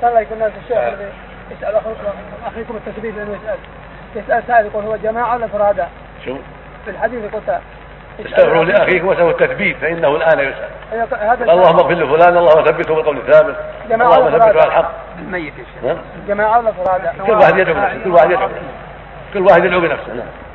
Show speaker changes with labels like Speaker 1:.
Speaker 1: كان لا يكون ناس الشيخ
Speaker 2: آه.
Speaker 1: الذي يسأل أخوكم أخيكم التسبيح لأنه يسأل يسأل سائل يقول هو جماعة ولا فرادى؟
Speaker 2: شو؟
Speaker 1: في الحديث يقول سائل
Speaker 2: استغفروا لاخيك واسالوا التثبيت فانه الان يسال
Speaker 1: أيوة، هذا
Speaker 2: اللهم اغفر لفلان اللهم ثبته بالقول الثابت
Speaker 1: جماعة
Speaker 2: اللهم ثبته على الحق
Speaker 3: الميت يا شيخ
Speaker 2: نعم
Speaker 1: جماعة ولا فرادى؟
Speaker 2: كل واحد يدعو بنفسه كل واحد يدعو بنفسه كل واحد يدعو بنفسه نعم